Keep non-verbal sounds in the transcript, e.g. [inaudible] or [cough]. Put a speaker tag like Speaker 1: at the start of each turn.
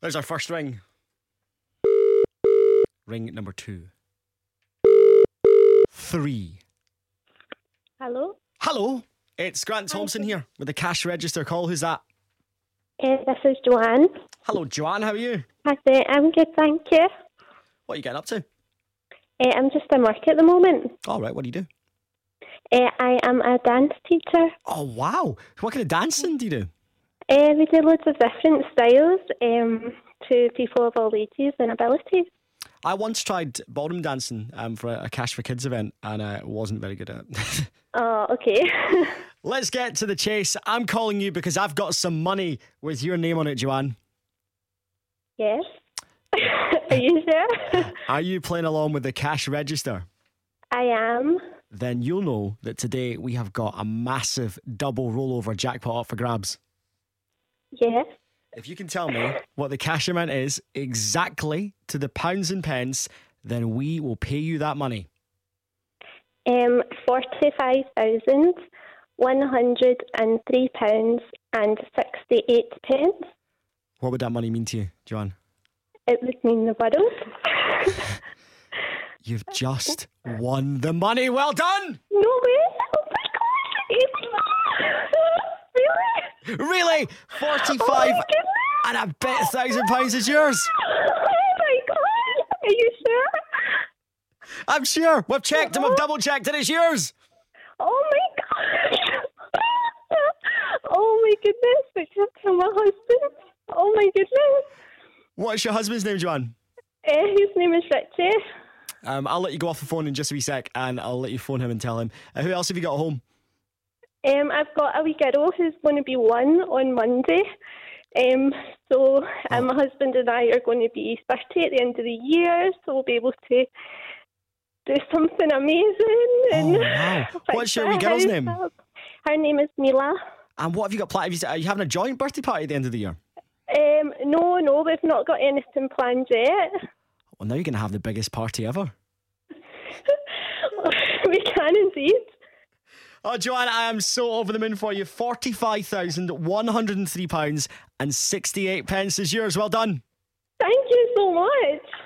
Speaker 1: There's our first ring. Ring number two. Three.
Speaker 2: Hello?
Speaker 1: Hello, it's Grant Thompson here with the cash register call. Who's that?
Speaker 2: Uh, this is Joanne.
Speaker 1: Hello, Joanne, how are you?
Speaker 2: Hi there, I'm good, thank you.
Speaker 1: What are you getting up to?
Speaker 2: Uh, I'm just in work at the moment.
Speaker 1: All right, what do you do?
Speaker 2: Uh, I am a dance teacher.
Speaker 1: Oh, wow. What kind of dancing do you do?
Speaker 2: Uh, we do loads of different styles um, to people of all ages and abilities.
Speaker 1: I once tried ballroom dancing um, for a, a Cash for Kids event and I wasn't very good at it. [laughs]
Speaker 2: Oh, okay. [laughs]
Speaker 1: Let's get to the chase. I'm calling you because I've got some money with your name on it, Joanne.
Speaker 2: yes. [laughs] Are you sure?
Speaker 1: Are you playing along with the cash register?
Speaker 2: [laughs] I am.
Speaker 1: Then you'll know that today we have got a massive double rollover jackpot up for grabs.
Speaker 2: Yes.
Speaker 1: If you can tell me what the cash amount is exactly to the pounds and pence, then we will pay you that money.
Speaker 2: Um, £45,103 and 68 pence.
Speaker 1: What would that money mean to you, Joanne?
Speaker 2: It would mean the world. [laughs]
Speaker 1: You've just won the money. Well done!
Speaker 2: no way! Oh my god! Even that? really?
Speaker 1: Really? 45
Speaker 2: Oh my goodness!
Speaker 1: and I bet thousand pounds is yours.
Speaker 2: Oh my god! Are you sure?
Speaker 1: I'm sure. We've checked and we've double checked and it's yours.
Speaker 2: Oh my god! oh my goodness! Except for my husband. Oh my goodness!
Speaker 1: What's your husband's name, Joanne?
Speaker 2: Uh, his name is Richie.
Speaker 1: Um, I'll let you go off the phone in just a wee sec and I'll let you phone him and tell him. Uh, who else have you got at home?
Speaker 2: Um, I've got a wee girl who's going to be one on Monday. Um, so um, my husband and I are going to be 30 at the end of the year, so we'll be able to do something amazing. And
Speaker 1: Oh,
Speaker 2: [laughs]
Speaker 1: wow.
Speaker 2: fix
Speaker 1: What's your
Speaker 2: our
Speaker 1: wee girl's
Speaker 2: house
Speaker 1: name?
Speaker 2: up. Her name is Mila.
Speaker 1: And what have you got planned? Have you- Are you having a joint birthday party at the end of the year?
Speaker 2: Um, no, no, we've not got anything planned yet. [laughs]
Speaker 1: Well, now you're going to have the biggest party ever.
Speaker 2: we can indeed.
Speaker 1: Oh, Joanne, I am so over the moon for you. £45,103 and 68 pence is yours. Well done.
Speaker 2: Thank you so much.